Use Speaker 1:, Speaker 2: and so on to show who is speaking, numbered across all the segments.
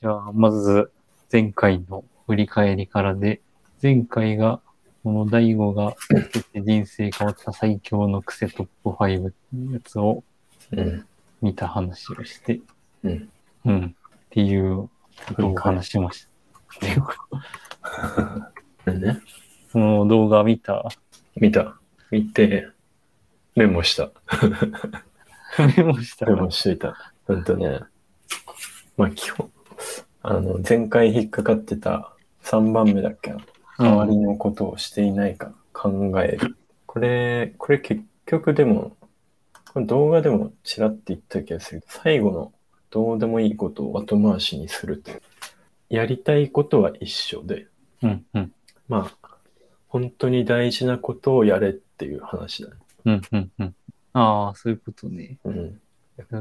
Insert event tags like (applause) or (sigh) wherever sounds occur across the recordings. Speaker 1: じゃあ、まず、前回の振り返りからで、前回が、この大悟が受けて人生変わった最強の癖トップ5っていうやつを
Speaker 2: うん。
Speaker 1: 見た話をして、
Speaker 2: うん。
Speaker 1: うん、っていうことを話しました。っていうか
Speaker 2: なんで
Speaker 1: その動画見 (laughs) た
Speaker 2: 見た。見て、メモした。
Speaker 1: メモした
Speaker 2: メ
Speaker 1: ら
Speaker 2: モ、しといた。うんとね、まあ基本、あの、前回引っかかってた3番目だっけな。周りのことをしていないか考える。これ、これ結局でも、この動画でもちらって言った気がするけど、最後のどうでもいいことを後回しにするという。やりたいことは一緒で、
Speaker 1: うん、うん、
Speaker 2: まあ、本当に大事なことをやれっていう話だね。
Speaker 1: うん、うん、うん。ああ、そういうことね。
Speaker 2: うん。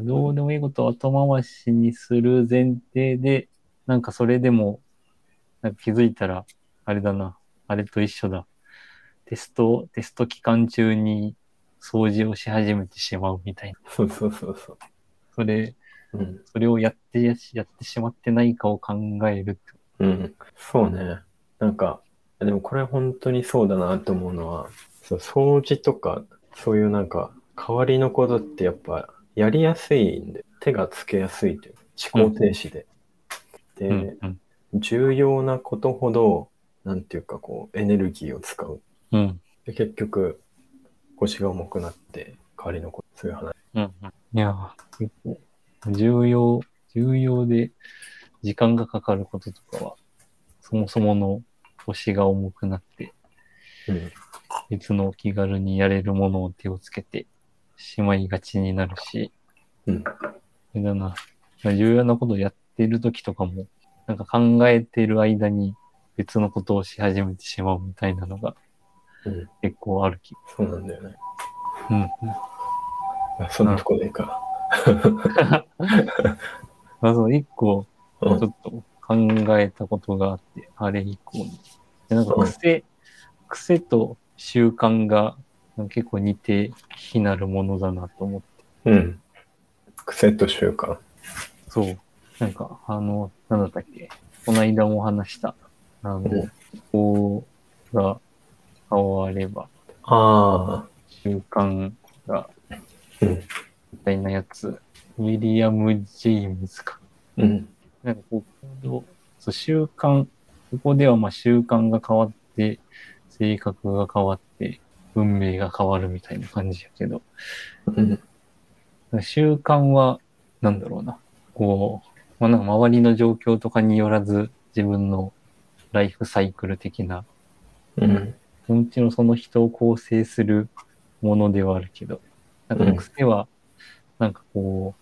Speaker 1: どうでもいいことを後回しにする前提で、なんかそれでも、なんか気づいたら、あれだな、あれと一緒だ。テスト、テスト期間中に掃除をし始めてしまうみたいな。
Speaker 2: そうそうそうそ
Speaker 1: それ、
Speaker 2: う。うん。
Speaker 1: それをやってやしやってしまってないかを考えるって。
Speaker 2: うん、そうね。なんか、でもこれ本当にそうだなと思うのは、そう掃除とか、そういうなんか、代わりのことってやっぱ、やりやすいんで、手がつけやすいという、思考停止で。で、
Speaker 1: うん、うん、
Speaker 2: 重要なことほど、なんていうかこう、エネルギーを使う。
Speaker 1: うん、
Speaker 2: で結局、腰が重くなって、代わりのこと、そういう話。
Speaker 1: うん。うんいやー、重要、重要で時間がかかることとかは、そもそもの腰が重くなって、
Speaker 2: うん、
Speaker 1: 別の気軽にやれるものを手をつけてしまいがちになるし、
Speaker 2: うん、
Speaker 1: あれだな、重要なことをやってる時とかも、なんか考えてる間に別のことをし始めてしまうみたいなのが
Speaker 2: うん、
Speaker 1: 結構ある気。
Speaker 2: そうなんだよね。
Speaker 1: うん。
Speaker 2: あそんなとこでいいか。
Speaker 1: まず一個、ち
Speaker 2: う
Speaker 1: ょ
Speaker 2: ん
Speaker 1: っ、と考えたことがあって、あれ以降に。でなんか癖、癖と習慣がなんか結構似て非なるものだなと思って
Speaker 2: うん。癖と習慣。
Speaker 1: そう。なんか、あの、なんだったっけ。この間も話した。あの
Speaker 2: うん、
Speaker 1: こうが変われば、
Speaker 2: ああ、
Speaker 1: 習慣が、
Speaker 2: うん
Speaker 1: みたいなやつ。ウィリアム・ジェイムズか。
Speaker 2: うん。
Speaker 1: なんかこう、どうそう習慣、ここではまあ習慣が変わって、性格が変わって、運命が変わるみたいな感じやけど、
Speaker 2: うん。
Speaker 1: 習慣は、なんだろうな。こう、まあ、なんか周りの状況とかによらず、自分のライフサイクル的な、
Speaker 2: うん。
Speaker 1: そのうちのその人を構成するものではあるけど、なんか
Speaker 2: うん
Speaker 1: 癖は、なんかこ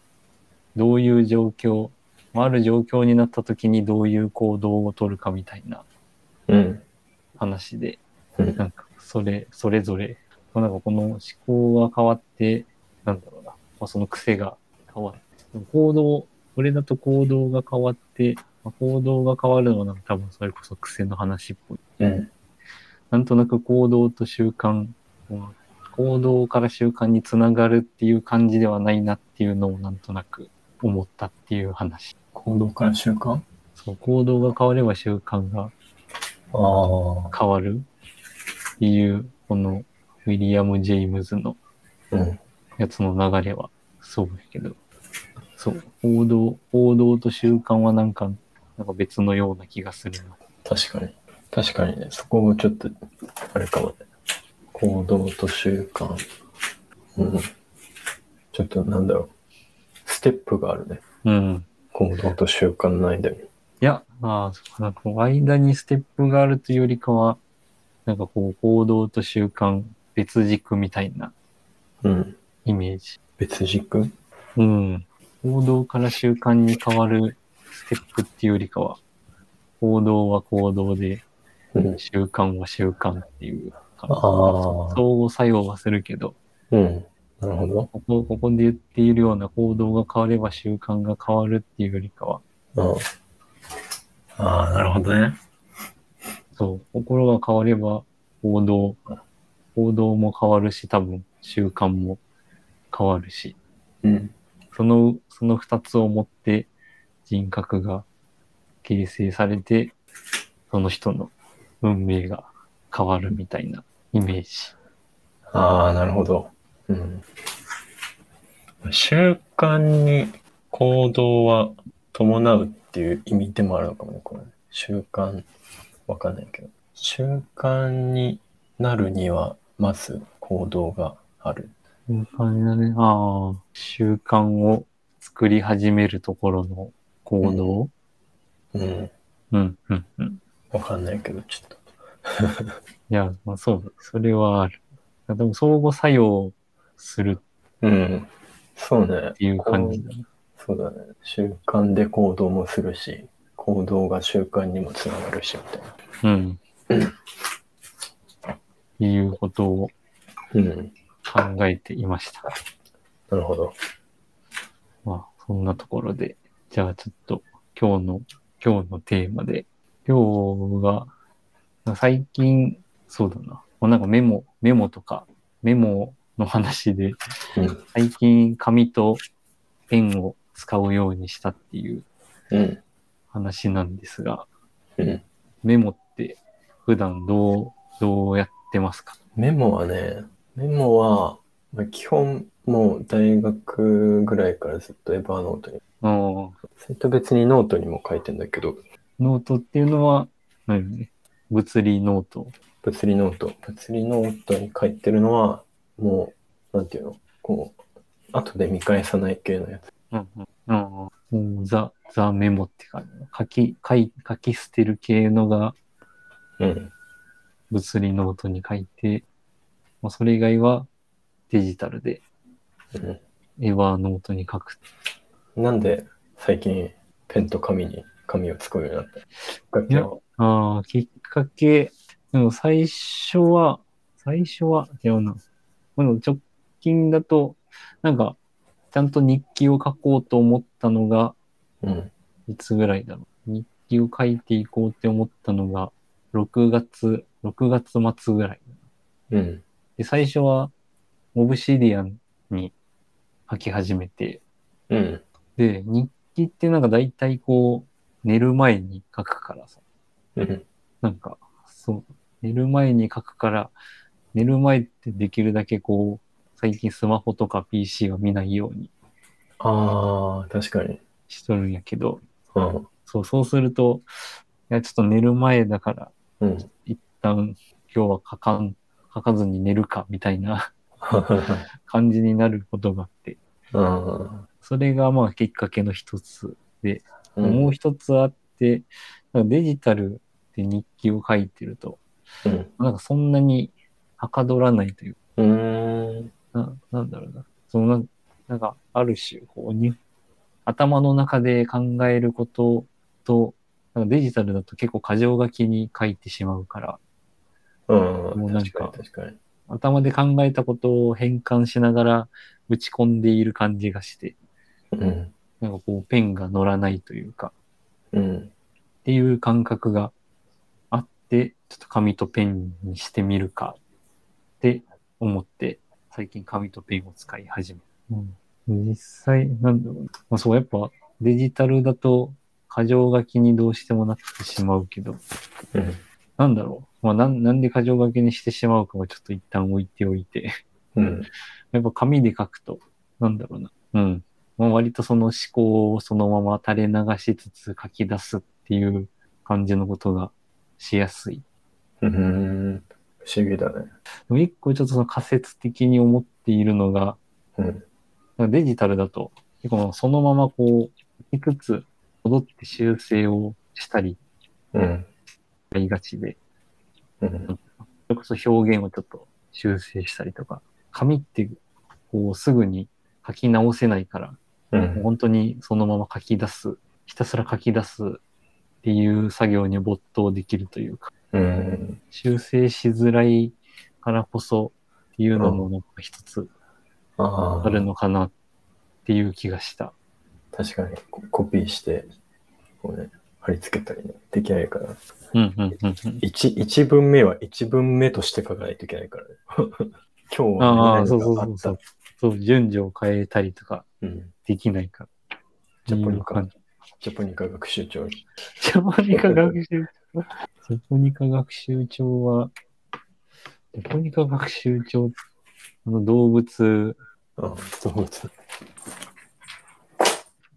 Speaker 1: う、どういう状況、まあある状況になった時にどういう行動をとるかみたいな
Speaker 2: うん。
Speaker 1: 話で、
Speaker 2: うん
Speaker 1: なんか、それ、それぞれ、まあなんかこの思考が変わって、なんだろうな、まあ、その癖が変わって、行動、これだと行動が変わって、まあ、行動が変わるのはなんか多分それこそ癖の話っぽい。
Speaker 2: うん。
Speaker 1: なんとなく行動と習慣、まあ行動から習慣につながるっていう感じではないなっていうのをなんとなく思ったっていう話。
Speaker 2: 行動から習慣
Speaker 1: そう、行動が変われば習慣が
Speaker 2: ああ。
Speaker 1: 変わるっていう、このウィリアム・ジェイムズの
Speaker 2: うん。
Speaker 1: やつの流れはそうやけど、そう、王道、王道と習慣はなんか、なんか別のような気がするな。
Speaker 2: 確かに。確かにね。そこもちょっと、あれかもね。行動と習慣。うん。ちょっとなんだろう。ステップがあるね。
Speaker 1: うん。
Speaker 2: 行動と習慣の間に。
Speaker 1: いや、まあ、そうかなんか間にステップがあるというよりかは、なんかこう、行動と習慣、別軸みたいな
Speaker 2: うん。
Speaker 1: イメージ。
Speaker 2: 別軸
Speaker 1: うん。行動から習慣に変わるステップっていうよりかは、行動は行動で、
Speaker 2: うん。
Speaker 1: 習慣は習慣っていう感じ。
Speaker 2: ああ
Speaker 1: 相互作用はするけど、
Speaker 2: うん。なるほど。
Speaker 1: ここ、ここで言っているような行動が変われば習慣が変わるっていうよりかは、
Speaker 2: うん。ああ、なるほどね。
Speaker 1: そう、心が変われば行動、行動も変わるし、多分習慣も変わるし、
Speaker 2: うん。
Speaker 1: その、その二つをもって人格が形成されて、その人の運命が変わるみたいなイメージ。
Speaker 2: ああ、なるほど。うん。習慣に行動は伴うっていう意味でもあるのかもね。これ習慣、わかんないけど。習慣になるには、まず行動がある。
Speaker 1: 習慣だね。ああ、習慣を作り始めるところの行動。
Speaker 2: うん。
Speaker 1: うん、うん、うん。
Speaker 2: わかんないけど、ちょっと。
Speaker 1: いや、まあそうね。それはある。でも相互作用する
Speaker 2: うん。そうね。
Speaker 1: っていう感じだね。
Speaker 2: そうだね。習慣で行動もするし、行動が習慣にもつながるし、みたい
Speaker 1: う
Speaker 2: な。
Speaker 1: ん。っていうことを
Speaker 2: うん。
Speaker 1: 考えていました。
Speaker 2: なるほど。
Speaker 1: まあ、そんなところで。じゃあちょっと今日の、今日のテーマで。今日が、まあ最近、そうだな。もうなんかメモ、メモとか、メモの話で、
Speaker 2: うん。
Speaker 1: 最近紙とペンを使うようにしたっていう
Speaker 2: うん。
Speaker 1: 話なんですが、
Speaker 2: うん
Speaker 1: メモって普段どう、どうやってますか
Speaker 2: メモはね、メモは、まあ、基本、もう大学ぐらいからずっとエバーノートに。
Speaker 1: あー
Speaker 2: それと別にノートにも書いてんだけど、
Speaker 1: ノートっていうのは、何物理ノート。
Speaker 2: 物理ノート。物理ノートに書いてるのは、もう、なんていうのこう、後で見返さない系のやつ。
Speaker 1: うんうん、もうザ、ザメモって感じ。書き、書い、書き捨てる系のが
Speaker 2: うん。
Speaker 1: 物理ノートに書いて、まあ、それ以外はデジタルで、
Speaker 2: うん
Speaker 1: エヴァーノートに書く。
Speaker 2: なんで最近ペンと紙に紙を使うようになったきっかけは。
Speaker 1: ああ、きっかけ、でも最初は、最初は、違うな。でも直近だと、なんか、ちゃんと日記を書こうと思ったのが、
Speaker 2: うん。
Speaker 1: いつぐらいだろう。日記を書いていこうって思ったのが、6月、6月末ぐらい。
Speaker 2: うん。
Speaker 1: で、最初は、オブシディアンに書き始めて、
Speaker 2: うん。
Speaker 1: で、日記ってなんか大体こう、寝る前に書くからさ、
Speaker 2: うん。
Speaker 1: なんか、そう、寝る前に書くから、寝る前ってできるだけこう、最近スマホとか PC は見ないように
Speaker 2: ああ、確かに。
Speaker 1: しとるんやけど、
Speaker 2: うん。
Speaker 1: そう、そうすると、いや、ちょっと寝る前だから、
Speaker 2: うん。
Speaker 1: 一旦今日は書かん、書かずに寝るか、みたいな感じになることがあって、
Speaker 2: あ
Speaker 1: それがまあきっかけの一つ。
Speaker 2: ー
Speaker 1: もう一つあって、なんかデジタルで日記を書いてると、
Speaker 2: うん。
Speaker 1: なんかそんなにはかどらないという
Speaker 2: うん。
Speaker 1: な、なんだろうな。そのなん、なんか、ある種、こうに、頭の中で考えることと、なんかデジタルだと結構過剰書きに書いてしまうから、
Speaker 2: うん。
Speaker 1: もうなんか
Speaker 2: 確かに。
Speaker 1: 頭で考えたことを変換しながら打ち込んでいる感じがして、
Speaker 2: 確かに。うん。
Speaker 1: なんかこう、ペンが乗らないというか、
Speaker 2: うん。
Speaker 1: っていう感覚があって、ちょっと紙とペンにしてみるかって思って、最近紙とペンを使い始めた。うん、実際、なんだろうな。まあ、そう、やっぱデジタルだと過剰書きにどうしてもなってしまうけど、
Speaker 2: うん。
Speaker 1: なんだろう。まあ、なんなんで過剰書きにしてしまうかはちょっと一旦置いておいて。
Speaker 2: うん。
Speaker 1: やっぱ紙で書くと、なんだろうな。うん。まあ、割とその思考をそのまま垂れ流しつつ書き出すっていう感じのことがしやすい。
Speaker 2: うん。不思議だね。
Speaker 1: でも一個ちょっとその仮説的に思っているのが、
Speaker 2: うん。
Speaker 1: なんかデジタルだと結構そのままこう、いくつ戻って修正をしたり
Speaker 2: うん。
Speaker 1: やりがちで、
Speaker 2: うん。
Speaker 1: それこそ表現をちょっと修正したりとか、紙ってこうすぐに書き直せないから、
Speaker 2: う。
Speaker 1: もうん本当にそのまま書き出す、ひたすら書き出すっていう作業に没頭できるというか、
Speaker 2: うん。
Speaker 1: 修正しづらいからこそっていうのもなんか一つ
Speaker 2: あ
Speaker 1: あ
Speaker 2: あ
Speaker 1: る、のかなっていう気がした。
Speaker 2: 確かに。ココピーして、こうね、貼り付けたりね、できないから。
Speaker 1: うんうんうんうん。
Speaker 2: 一一文目は一文目として書かないといけないからね。今日
Speaker 1: あ
Speaker 2: は
Speaker 1: あ、
Speaker 2: 何
Speaker 1: そうそう
Speaker 2: 々があ
Speaker 1: そうそ
Speaker 2: った
Speaker 1: う。。そう、順序を変えたりとか
Speaker 2: うん
Speaker 1: できないから。
Speaker 2: じゃあポリ
Speaker 1: いい
Speaker 2: か
Speaker 1: 感。じ
Speaker 2: ジャポニカ学習長。
Speaker 1: ジャポニカ学習帳。ジャポニカ学習帳は、ジャポニカ学習帳、あの動物、
Speaker 2: あ、動物。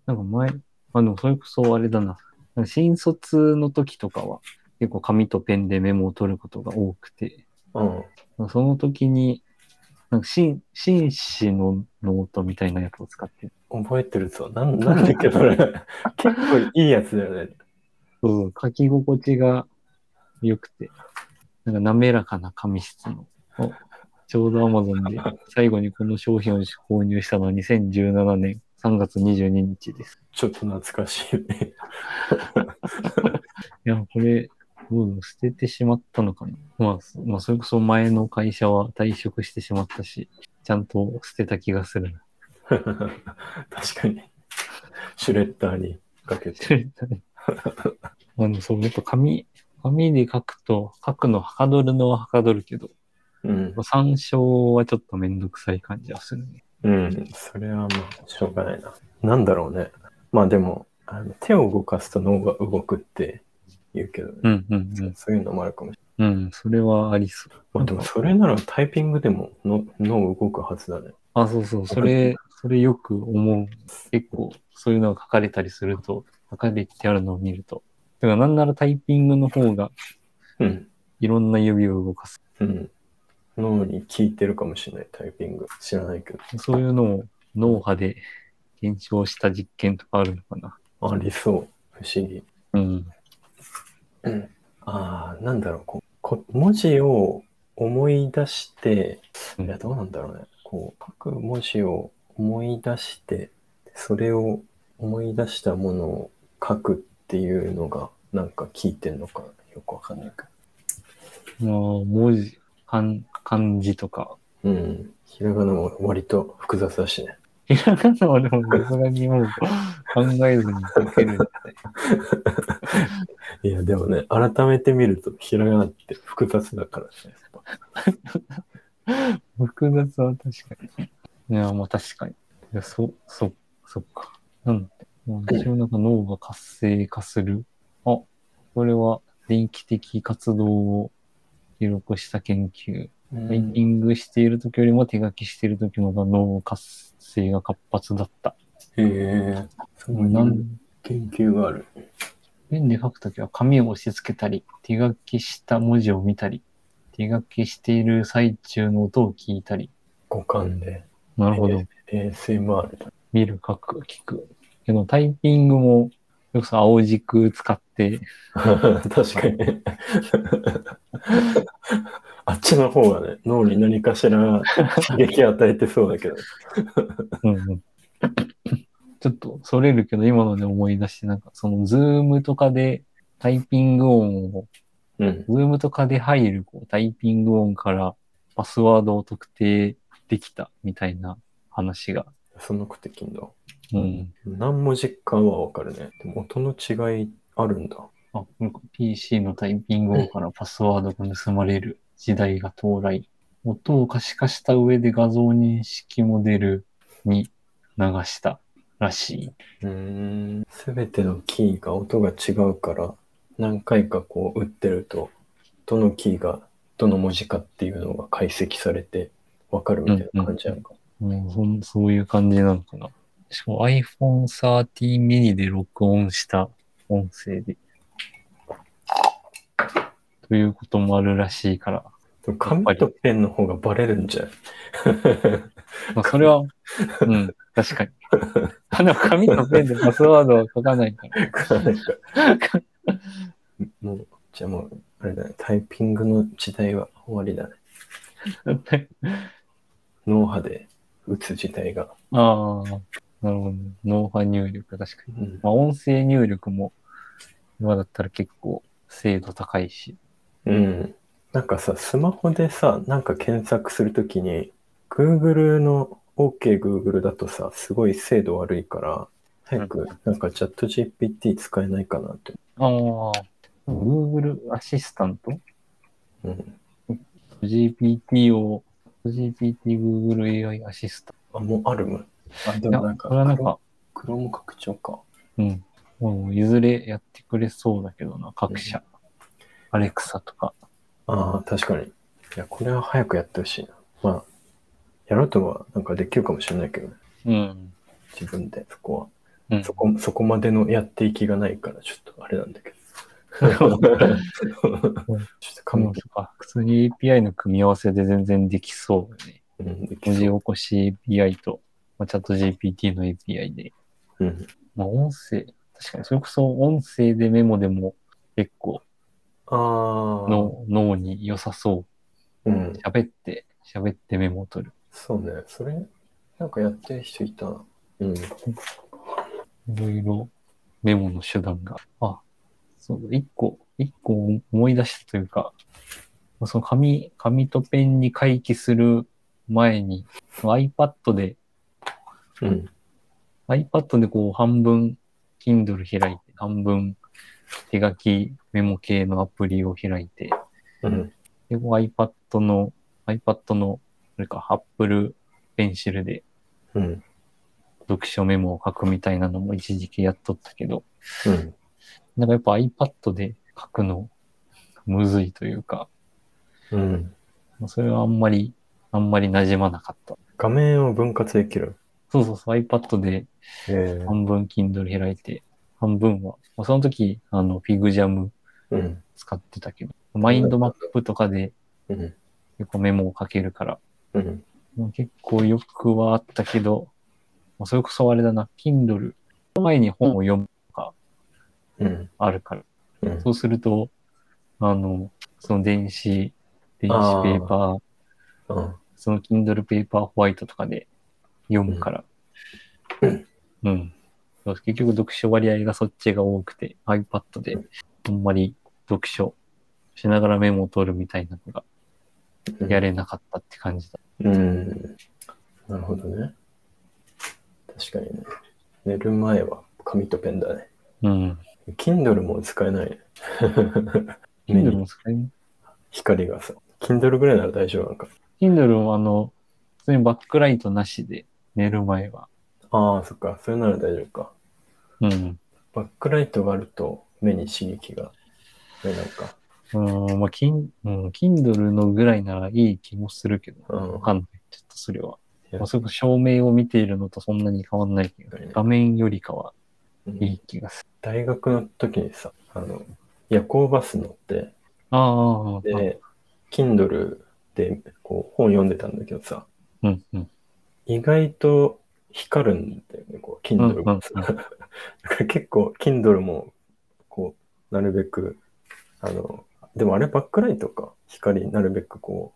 Speaker 1: なんか前、あ、でもそれこそあれだな。なんか新卒の時とかは、結構紙とペンでメモを取ることが多くて、
Speaker 2: うん。
Speaker 1: まあその時に、なんか紳紳士のノートみたいなやつを使ってる。
Speaker 2: 覚えてるぞ。なん、なんだっけ、それ。結構いいやつだよね。
Speaker 1: そう書き心地が良くて、なんか滑らかな紙質の。おちょうど Amazon で最後にこの商品を購入したのは2017年3月22日です。
Speaker 2: ちょっと懐かしいね。 (laughs)
Speaker 1: いや、これ、どうだろう捨ててしまったのかな。まあ、そまあ、それこそ前の会社は退職してしまったし、ちゃんと捨てた気がするな。 (laughs)
Speaker 2: 確かに。シュレッダーにかけて。
Speaker 1: あの、そう、やっぱ紙、紙で書くと、書くのはかどるのははかどるけど、
Speaker 2: うん。
Speaker 1: 参照はちょっとめんどくさい感じはするね。
Speaker 2: うん。それはまあ、しょうがないな。なんだろうね。まあでも、あの手を動かすと脳が動くって言うけどね。
Speaker 1: うんうん
Speaker 2: そういうのもあるかもしれ
Speaker 1: うん。うん、それはありそう。
Speaker 2: ない。まあでも、それならタイピングでもの脳動くはずだね。
Speaker 1: あ、そうそう、それ、それよく思う。結構、そういうのが書かれたりすると、書かれてあるのを見ると。だから、なんならタイピングの方が、
Speaker 2: うん。
Speaker 1: いろんな指を動かす。
Speaker 2: うん。脳に効いてるかもしれない、タイピング。知らないけど。
Speaker 1: そういうのを脳波で検証した実験とかあるのかな。
Speaker 2: ありそう。不思議。
Speaker 1: うん。
Speaker 2: ああ、なんだろうこうこ。文字を思い出して、
Speaker 1: う
Speaker 2: い
Speaker 1: ん
Speaker 2: や、どうなんだろうね。こう、書く文字を思い出して、それを思い出したものを書くっていうのが、なんか聞いてんのか、よくわかんないけ
Speaker 1: まあ、文字、漢漢字とか、
Speaker 2: ど。うん。ひらがなも割と複雑だしね。
Speaker 1: ひらがなはでもさすがにもう考えずに書けるんで。
Speaker 2: いや、でもね、改めて見ると、ひらがなって複雑だからね。やっぱ
Speaker 1: 複雑は確かに。いや、まあ確かに。いや、そ、そ、そっか。なんで、もう私のなんか脳が活性化する。あ、これは電気的活動を記録した研究。
Speaker 2: う
Speaker 1: ライティ
Speaker 2: ん、
Speaker 1: ングしている時よりも手書きしている時の方が脳活性が活発だった。
Speaker 2: へえ、そん
Speaker 1: な
Speaker 2: なん研究がある。
Speaker 1: ペンで書くときは紙を押し付けたり、手書きした文字を見たり、手書きしている最中の音を聞いたり。
Speaker 2: 五感で。
Speaker 1: なるほど。
Speaker 2: ASMR だ。
Speaker 1: 見る、書く、聞く。けどタイピングも、よくさ、青軸使って、
Speaker 2: (laughs) 確か (laughs) に。あっちの方がね、脳に何かし (laughs) ら刺激与えてそうだけど。
Speaker 1: うんうん、ちょっとそれるけど、今ので思い出して、なんかそのズームとかでタイピング音を、
Speaker 2: うん。
Speaker 1: ズームとかで入るこうタイピング音からパスワードを特定できたみたいな話が。
Speaker 2: そんなことできんだ。
Speaker 1: うん。
Speaker 2: 何文字かはわかるね。でも音の違いあるんだ。
Speaker 1: あ、なんか PC のタイピング音からパスワードが盗まれる時代が到来。音を可視化した上で画像認識モデルに流したらしい。
Speaker 2: うーん。すべてのキーが音が違うから、何回かこう打ってると、どのキーがどの文字かっていうのが解析されてわかるみたいな感じなのか。
Speaker 1: もうそんそういう感じなのかな。しかも iPhone 13 mini で録音した音声で。ということもあるらしいから。
Speaker 2: でも紙とペンの方がバレるんじゃない
Speaker 1: まあ、それは、うん、確かに。あの、紙とペンでパスワードは書かないから。
Speaker 2: なんか (laughs) もう、じゃあもう、あれだね、タイピングの時代は終わりだね。脳波で打つ時代が。
Speaker 1: ああ、なるほど、ね。脳波入力、確かに。
Speaker 2: うん
Speaker 1: まあ、音声入力も、今だったら結構精度高いし。
Speaker 2: うん。なんかさ、スマホでさ、なんか検索するときに、Google の OKGoogle だとさ、すごい精度悪いから、早く、なんかチャット GPT 使えないかなって。
Speaker 1: ああ、Google アシスタント
Speaker 2: うん。
Speaker 1: ?GPT を、GPT Google AI アシスタン
Speaker 2: あ、もうあるもん。あ、で
Speaker 1: ト。いや、
Speaker 2: もなん
Speaker 1: これはなん
Speaker 2: か、
Speaker 1: か、
Speaker 2: クローム拡張か。
Speaker 1: うん。もういずれやってくれそうだけどな、各社。アレクサとか。
Speaker 2: ああ、確かに。いや、これは早くやってほしいな。まあ、やろうとはなんかできるかもしれないけどね。
Speaker 1: うん。
Speaker 2: 自分で、そこ
Speaker 1: う
Speaker 2: は。
Speaker 1: ん
Speaker 2: そこ、そこまでのやっていきがないから、ちょっとあれなんだけど。
Speaker 1: (laughs)
Speaker 2: (laughs) ちょっと
Speaker 1: うん
Speaker 2: 紙切
Speaker 1: そっか普通に API の組み合わせで全然できそうよね。
Speaker 2: れうんでき
Speaker 1: 文字
Speaker 2: そう
Speaker 1: 起こし API と、まあ、チャット GPT の API で。
Speaker 2: うん
Speaker 1: まあ、音声、確かにそれこそ音声でメモでも結構
Speaker 2: ああ、
Speaker 1: の脳に良さそ
Speaker 2: うん
Speaker 1: う。。喋って、喋ってメモを取る。
Speaker 2: そうね。それ、なんかやってる人いたな。うん。
Speaker 1: いろいろメモの手段が。あ、そうだ、一個、一個思い出したというか、まあその紙、紙とペンに回帰する前に、iPad で、
Speaker 2: うん。
Speaker 1: iPad でこう半分 Kindle 開いて、半分手書きメモ系のアプリを開いて、
Speaker 2: うん。
Speaker 1: で、こう iPad の、iPad の、それか Apple Pencil で
Speaker 2: うん。
Speaker 1: 読書メモを書くみたいなのも一時期やっとったけど、
Speaker 2: うん。
Speaker 1: なんかやっぱ iPad で書くのむずいというか、
Speaker 2: うん。
Speaker 1: まあそれはあんまり、あんまり馴染まなかった。
Speaker 2: 画面を分割できる。
Speaker 1: そうそうそう、iPad で
Speaker 2: ええ。
Speaker 1: 半分 Kindle 開いて、半分は、まあ、その時、あの、Figjam
Speaker 2: うん。
Speaker 1: 使ってたけど、マインドマップとかで
Speaker 2: うん。
Speaker 1: 結構メモを書けるから、
Speaker 2: うん。
Speaker 1: まあ結構よくはあったけど、まあそれこそあれだな、Kindle 前に本を読むとか
Speaker 2: うん。
Speaker 1: あるから、
Speaker 2: うん
Speaker 1: そうすると、あの、その電子、電子ペーパー、
Speaker 2: うん。
Speaker 1: その Kindle Paper White とかで読むから。うん。そう結局読書割合がそっちが多くて、iPad であんまり読書しながらメモを取るみたいなのがやれなかったって感じだ。
Speaker 2: うん。なるほどね。確かにね。寝る前は紙とペンだね。
Speaker 1: うん。
Speaker 2: Kindle も使えないね。 (laughs) 目
Speaker 1: Kindle
Speaker 2: に
Speaker 1: も使えない
Speaker 2: 光がさ。Kindle ぐらいなら大丈夫なのか。
Speaker 1: Kindle はあの、普通にバックライトなしで寝る前は。
Speaker 2: ああ、そっか。それなら大丈夫か。
Speaker 1: うん。
Speaker 2: バックライトがあると目に刺激が出ないか。
Speaker 1: うん、まあ、キン、うん、Kindle のぐらいならいい気もするけど、
Speaker 2: うん。
Speaker 1: わかんない。ちょっとそれは。
Speaker 2: いや
Speaker 1: まあ、それこそ照明を見ているのとそんなに変わんないけど、画面よりかは
Speaker 2: うん
Speaker 1: いい気がする。
Speaker 2: 大学の時にさ、あの、夜行バス乗って、
Speaker 1: ああ、ああ
Speaker 2: で、Kindle でこう本読んでたんだけどさ、
Speaker 1: うんうん。
Speaker 2: 意外と光るんだよね、こう、Kindle がさ。
Speaker 1: うんうん
Speaker 2: だから結構、Kindle も、こう、なるべく、あの、でもあれバックライトか。光、なるべくこ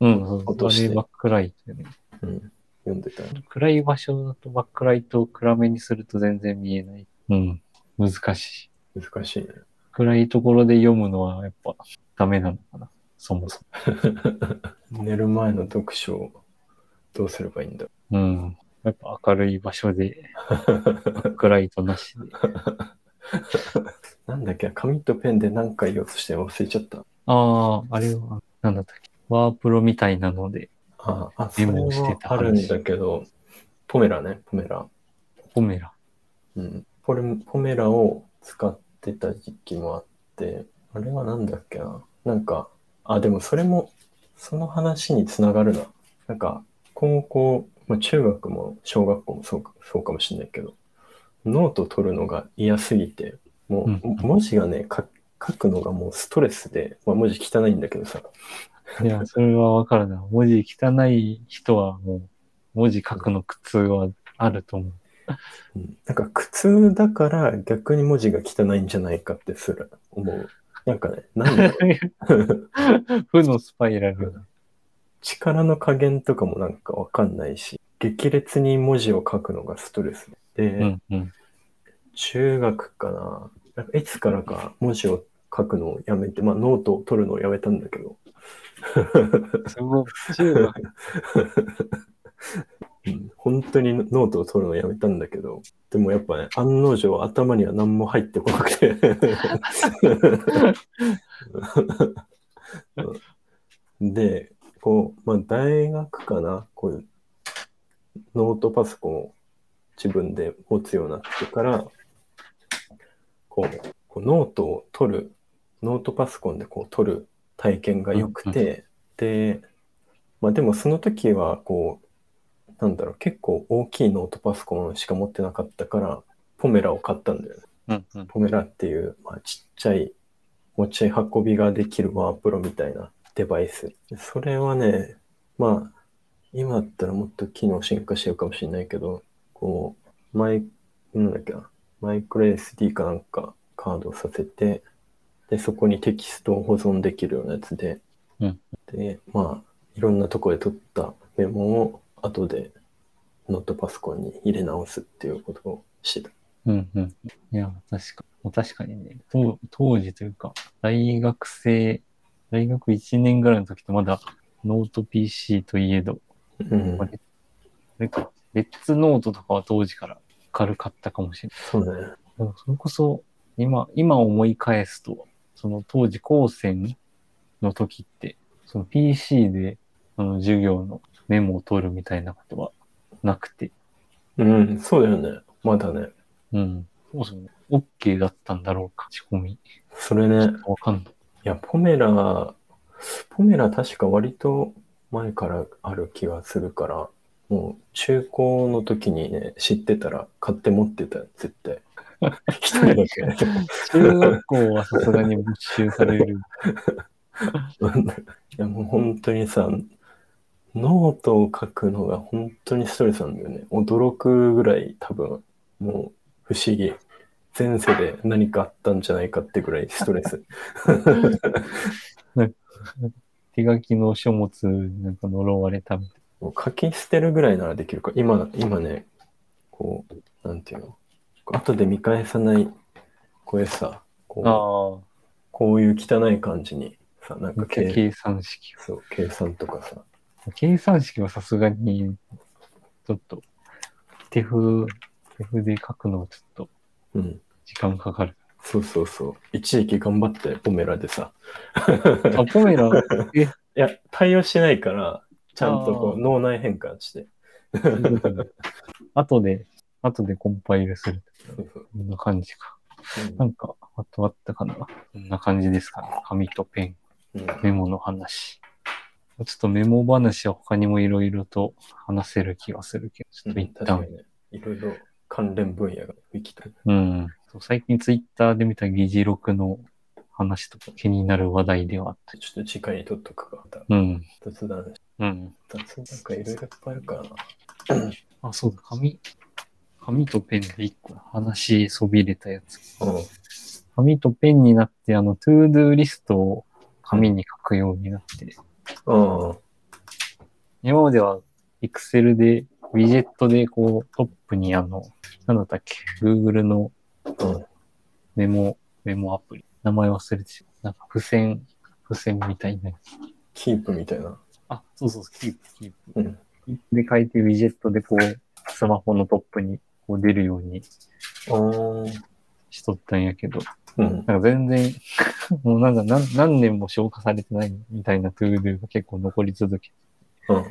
Speaker 1: うん、そう
Speaker 2: 落と
Speaker 1: あ
Speaker 2: して
Speaker 1: れバックライトよね。
Speaker 2: う、うん、読んでた。
Speaker 1: 暗い場所だとバックライトを暗めにすると全然見えない。うん、難しい。
Speaker 2: 難しいね。 (laughs)
Speaker 1: 暗いところで読むのはやっぱダメなのかな、そもそ
Speaker 2: 寝る前の読書をどうすればいいんだ
Speaker 1: も。うん。やっぱ明るい場所
Speaker 2: (laughs)
Speaker 1: で、バックライトなしで。
Speaker 2: なんだっけ紙とペンで何回言おうとして忘れちゃった。
Speaker 1: ああ、あれは、なんだったっけ。ワープロみたいなので、
Speaker 2: ああ、そ
Speaker 1: メ
Speaker 2: れ
Speaker 1: モをして
Speaker 2: は
Speaker 1: た話
Speaker 2: あるんだけど、ポメラね、ポメラ。
Speaker 1: ポメラ。
Speaker 2: うん。ポレポメラを使ってた時期もあって、あれはなんだっけな。なんか、あ、でもそれも、その話につながるな。なんか、高校、まあ、中学も小学校もそうかそうかもしれないけど、ノート取るのが嫌すぎて、もう、
Speaker 1: うん
Speaker 2: 文字がね、か書くのがもうストレスで、まあ、文字汚いんだけどさ、
Speaker 1: いや、それはわかるな。文字汚い人はもう、文字書くの苦痛はあると思う。 (laughs)
Speaker 2: うんなんか苦痛だから逆に文字が汚いんじゃないかってすら思う。なんかね、なんだろ (laughs) う
Speaker 1: 負のスパイラル。
Speaker 2: 力の加減とかもなんかわかんないし、激烈に文字を書くのがストレスで、
Speaker 1: うんうん。
Speaker 2: 中学かな、なんかいつからか文字を書くのをやめて、まあノートを取るのをやめたんだけど、
Speaker 1: すごい。中学。
Speaker 2: うん本当にノートを取るのをやめたんだけど、でもやっぱね、案の定頭には何も入ってこなくて。で、こう、まあ大学かな、こういうノートパソコンを自分で持つようになってから、こう、こうノートを取る、ノートパソコンでこう取る体験が良くて、で、まあでもその時はこう、なんだろう、結構大きいノートパソコンしか持ってなかったから、ポメラを買ったんだよね。
Speaker 1: うんうん。
Speaker 2: ポメラっていう、まあ、ちっちゃい持ち運びができるワープロみたいなデバイス。それはね、まあ、今だったらもっと機能進化してるかもしれないけど、こう、マイ、なんだっけな、マイクロ SD かなんかカードさせて、で、そこにテキストを保存できるようなやつで、
Speaker 1: うん
Speaker 2: で、まあ、いろんなとこで取ったメモを後でノートパソコンに入れ直すっていうことをしてた。
Speaker 1: うんうん。いや、確か、もう確かにね、当当時というか、大学生、大学1年ぐらいの時とまだ、ノート PC といえど、
Speaker 2: うん
Speaker 1: あれなんか、レッツノートとかは当時から軽かったかもしれない。
Speaker 2: そうだね。
Speaker 1: でもそれこそ、今、今思い返すと、その当時高専の時って、その PC で、あの、授業のメモを取るみたいなことはなくて、
Speaker 2: うん、そうだよね。まだね。
Speaker 1: うん。そもそも OK だったんだろうか、仕込み。
Speaker 2: それね。
Speaker 1: わかんない。
Speaker 2: いや、ポメラ、ポメラ確か割と前からある気がするから、もう中高の時にね、知ってたら買って持ってたよ、絶対。一人だけ。 (laughs)
Speaker 1: 中学校はさすがに没収される。
Speaker 2: いや、もう本当にさ、ノートを書くのが本当にストレスなんだよね。驚くぐらい多分、もう不思議。前世で何かあったんじゃないかってぐらいストレス。
Speaker 1: 手書きの書物なんか呪われたみたい
Speaker 2: もう書き捨てるぐらいならできるから、今、今ね、こう、なんていうの、後で見返さない、これさ、こ
Speaker 1: な。
Speaker 2: う
Speaker 1: ああ。
Speaker 2: こういう汚い感じに、さ、なんか計
Speaker 1: 計算式。
Speaker 2: そう計算とかさ、
Speaker 1: 計算式はさすがに、ちょっと、手風、手風で書くのはちょっと
Speaker 2: うん、
Speaker 1: 時間かかる。
Speaker 2: そうそうそう、一時期頑張って、ポメラでさ、
Speaker 1: あ、ポメラ、え、
Speaker 2: いや、対応してないから、ちゃんとこ
Speaker 1: あ
Speaker 2: う
Speaker 1: ー
Speaker 2: 脳内変換して、
Speaker 1: (laughs) 後で、後でコンパイルする。
Speaker 2: そうそう
Speaker 1: こんな感じか。
Speaker 2: うん
Speaker 1: なんか、あとあったかな。こんな感じですかね。紙とペン。
Speaker 2: うん
Speaker 1: メモの話。ちょっとメモ話は他にもいろいろと話せる気がするけど、ちょっと一
Speaker 2: 確か
Speaker 1: 旦。
Speaker 2: にね、いろいろ関連分野が生きてる。
Speaker 1: うん。そう最近ツイッターで見た議事録の話とか気になる話題ではあっ
Speaker 2: ちょっと次回に取っとくか、また
Speaker 1: た。うん。
Speaker 2: 雑談、
Speaker 1: うん。
Speaker 2: 雑談なんかいろいろいっぱいあるからな。
Speaker 1: あ、そうだ。紙、紙とペンで一個話そびれたやつ。
Speaker 2: うん
Speaker 1: 紙とペンになって、あの、トゥードゥーリストを紙に書くようになって、
Speaker 2: うん。
Speaker 1: 今までは Excel で、ウィジェットで、こう、トップにあの、なんだったっけ、Google の
Speaker 2: うん
Speaker 1: メモ、メモアプリ。名前忘れてしまう。なんか、付箋、付箋みたいなやつ。
Speaker 2: キープみたいな。
Speaker 1: あ、そうそう、キープ、キープ。
Speaker 2: うん
Speaker 1: キープで書いて、ウィジェットでこう、スマホのトップにこう出るようにしとったんやけど、
Speaker 2: うん。
Speaker 1: なんか全然、 (laughs) もうなんか何何年も消化されてないみたいなトゥードゥが結構残り続けて、
Speaker 2: うん。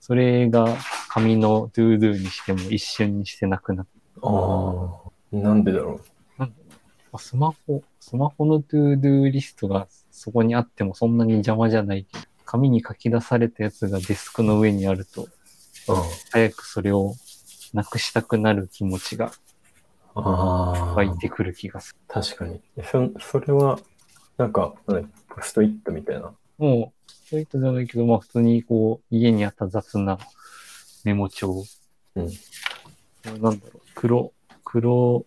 Speaker 1: それが紙のトゥードゥにしても一瞬にしてなくなって
Speaker 2: ああ。なんでだろ
Speaker 1: まあスマホ、スマホのトゥードゥーリストがそこにあってもそんなに邪魔じゃないけど、紙に書き出されたやつがデスクの上にあると、
Speaker 2: う。うん。
Speaker 1: 早くそれをなくしたくなる気持ちが
Speaker 2: あ
Speaker 1: 湧いてくる気がす
Speaker 2: 確かに。そそれは、なんか、何ポストイットみたいな。 (laughs)
Speaker 1: る。もう、そういったじゃないけど、まあ普通にこう、家にあった雑なメモ帳。
Speaker 2: うん
Speaker 1: なんだろう、黒、黒、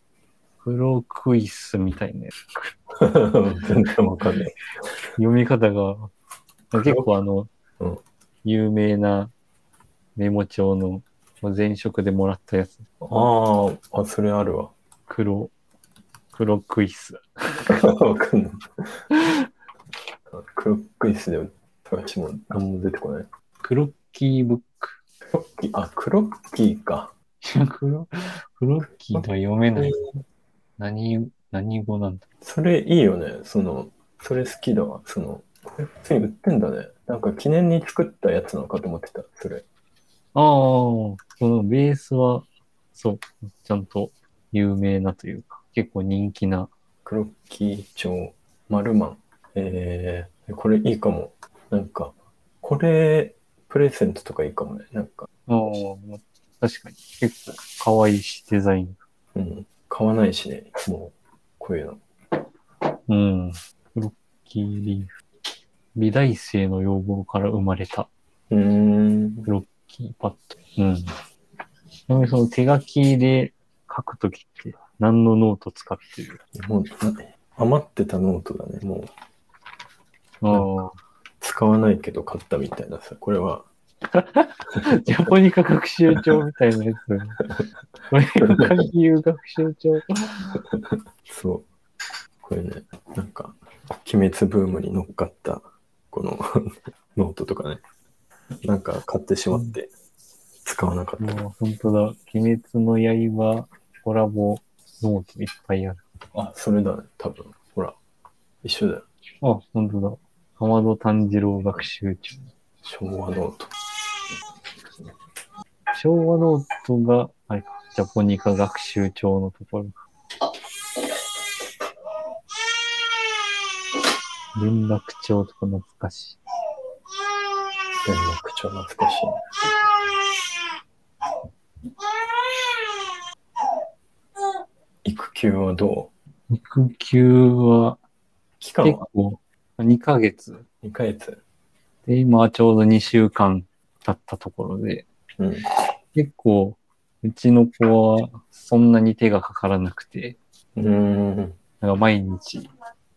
Speaker 1: 黒クイスみたいなやつ。
Speaker 2: 全然わかんない。
Speaker 1: 読み方が、結構あの、
Speaker 2: うん
Speaker 1: 有名なメモ帳のまあ前職でもらったやつ、
Speaker 2: ああ、あ、それあるわ。
Speaker 1: 黒、黒クイス。
Speaker 2: わかんない。クロックイスで探しても何も出てこない。
Speaker 1: クロッキーブック。
Speaker 2: クロッキー、あ、クロッキーか。
Speaker 1: いやクロ、クロッキーとは読めない。何、何語なんだ。
Speaker 2: それいいよね。その、それ好きだわ。その、これ普通に売ってんだね。なんか記念に作ったやつなのかと思ってた。それ。
Speaker 1: ああ、そのベースは、そう、ちゃんと有名なというか、結構人気な。
Speaker 2: クロッキー帳、マルマン。えー、これいいかも。なんか、これ、プレゼントとかいいかもね。なんか、
Speaker 1: ああ、確かに。結構可愛いし、デザイン。
Speaker 2: うん。買わないしね、いつもこういうの。
Speaker 1: うん。ロッキーリーフ。美大生の要望から生まれた。
Speaker 2: うーん。
Speaker 1: ロッキーパッド。うん。ちなみにその手書きで書くときって何のノート使ってる
Speaker 2: もう、余ってたノートだね。もう、
Speaker 1: あ
Speaker 2: 使わないけど買ったみたいなさ。これは、
Speaker 1: あ。 (laughs) ジャポニカ学習帳みたいな (laughs) やつ。これが書き言う学習帳。
Speaker 2: そう。これね、なんか、鬼滅ブームに乗っかった、この (laughs) ノートとかね。なんか買ってしまって、使わなかった。
Speaker 1: もう本当だ。鬼滅の刃コラボノートいっぱいある。
Speaker 2: あ、それだね、多分。ほら、一緒だよ。
Speaker 1: あ、本当だ。浜戸炭治郎学習帳。
Speaker 2: 昭和ノート。
Speaker 1: 昭和ノートが、あれか、ジャポニカ学習帳のところ。連絡帳とか懐かしい。
Speaker 2: 連絡帳懐かしいね。育休はどう
Speaker 1: 育休は
Speaker 2: 期間
Speaker 1: 結
Speaker 2: は
Speaker 1: 構2ヶ月。
Speaker 2: 2ヶ月。
Speaker 1: で、今はちょうど2週間経ったところで、
Speaker 2: うん。
Speaker 1: 結構うちの子はそんなに手がかからなくて、
Speaker 2: うーん。
Speaker 1: なんか毎日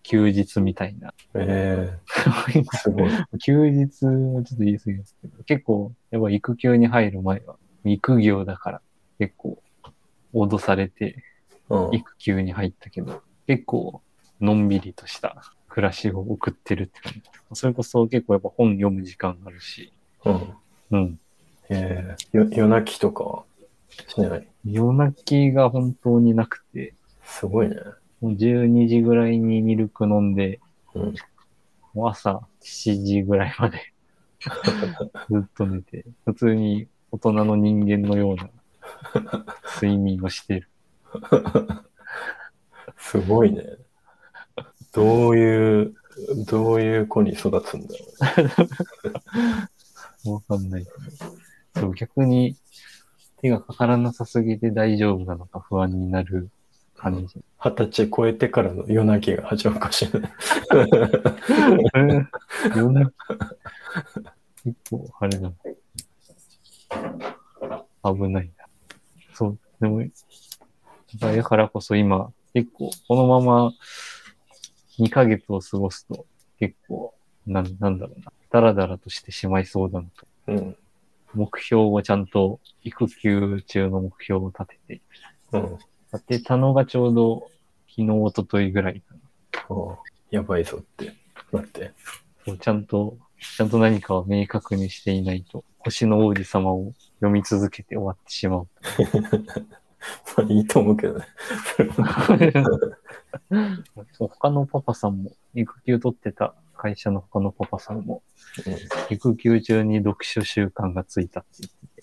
Speaker 1: 休日みたいな。
Speaker 2: えー、 (laughs) すごい。
Speaker 1: 休日はちょっと言い過ぎですけど、結構、やっぱ育休に入る前は、育業だから、結構、脅されて、
Speaker 2: うん、
Speaker 1: 育休に入ったけど、結構、のんびりとした暮らしを送ってるって感じ。それこそ結構やっぱ本読む時間あるし、
Speaker 2: うん。
Speaker 1: うん。
Speaker 2: えー、よ夜泣きとかはしない。
Speaker 1: 夜泣きが本当になくて、
Speaker 2: すごいね。
Speaker 1: もう12時ぐらいにミルク飲んで、
Speaker 2: うん。
Speaker 1: もう朝7時ぐらいまで
Speaker 2: (laughs)
Speaker 1: ずっと寝て、普通に大人の人間のような睡眠をしてる。
Speaker 2: すごいね。どういう、どういう子に育つんだろ
Speaker 1: わかんない。そう、逆に手がかからなさすぎて大丈夫なのか不安になる感じ。
Speaker 2: う。二十歳超えてからの夜泣きが始まるかもしれない。
Speaker 1: (laughs) うん結構、あれだ。危ないな。そう、でも、だからこそ今、結構、このまま2ヶ月を過ごすと、結構、なんなんだろうな。ダラダラとしてしまいそうだなと。
Speaker 2: うん。
Speaker 1: 目標をちゃんと、育休中の目標を立てて、
Speaker 2: うん。
Speaker 1: 立てたのがちょうど、昨日、一昨日ぐらいかな。
Speaker 2: ああやばいぞって。待って。
Speaker 1: そうちゃんと、ちゃんと何かを明確にしていないと、星の王子様を読み続けて終わってしまう。 (laughs)
Speaker 2: まあいいと思うけどね。それは
Speaker 1: そう他のパパさんも、育休取ってた会社の他のパパさんも、
Speaker 2: うん
Speaker 1: 育休中に読書習慣がついたって言ってて。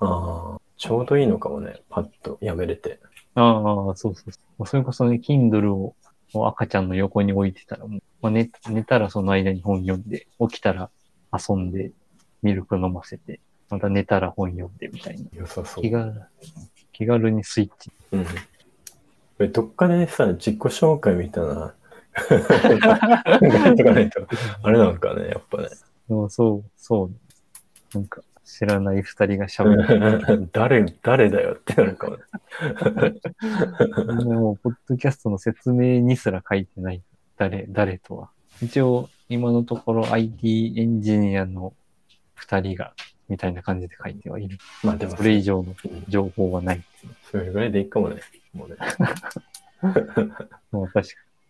Speaker 2: ああ、ちょうどいいのかもね。パッとやめれて。
Speaker 1: ああ、そうそうそう。それこそね、Kindle をもう赤ちゃんの横に置いてたらもう、まあ、寝寝たらその間に本読んで、起きたら遊んで、ミルク飲ませて、また寝たら本読んでみたいな。
Speaker 2: 良さそう
Speaker 1: 気。が、気軽にスイッチ
Speaker 2: うん。これどっかでさ、自己紹介みたいな。やっとかないと。あれなんかね、やっぱね。
Speaker 1: そうそう、そう。なんか、知らない二人が喋
Speaker 2: (laughs)
Speaker 1: る。
Speaker 2: 誰、誰だよってなるかもね。
Speaker 1: でもう、ポッドキャストの説明にすら書いてない。誰、誰とは。一応、今のところ IT エンジニアの二人が、みたいな感じで書いてはいる。
Speaker 2: まあでも
Speaker 1: それ以上の情報はない。
Speaker 2: それぐらいでいいかもね。もうね。
Speaker 1: もう確か